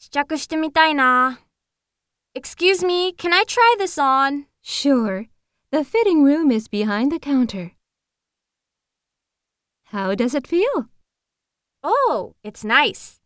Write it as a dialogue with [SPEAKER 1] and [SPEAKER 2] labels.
[SPEAKER 1] 試着してみたいな。Excuse me, can I try this on?
[SPEAKER 2] Sure. The fitting room is behind the counter. How does it feel?
[SPEAKER 1] Oh, it's nice.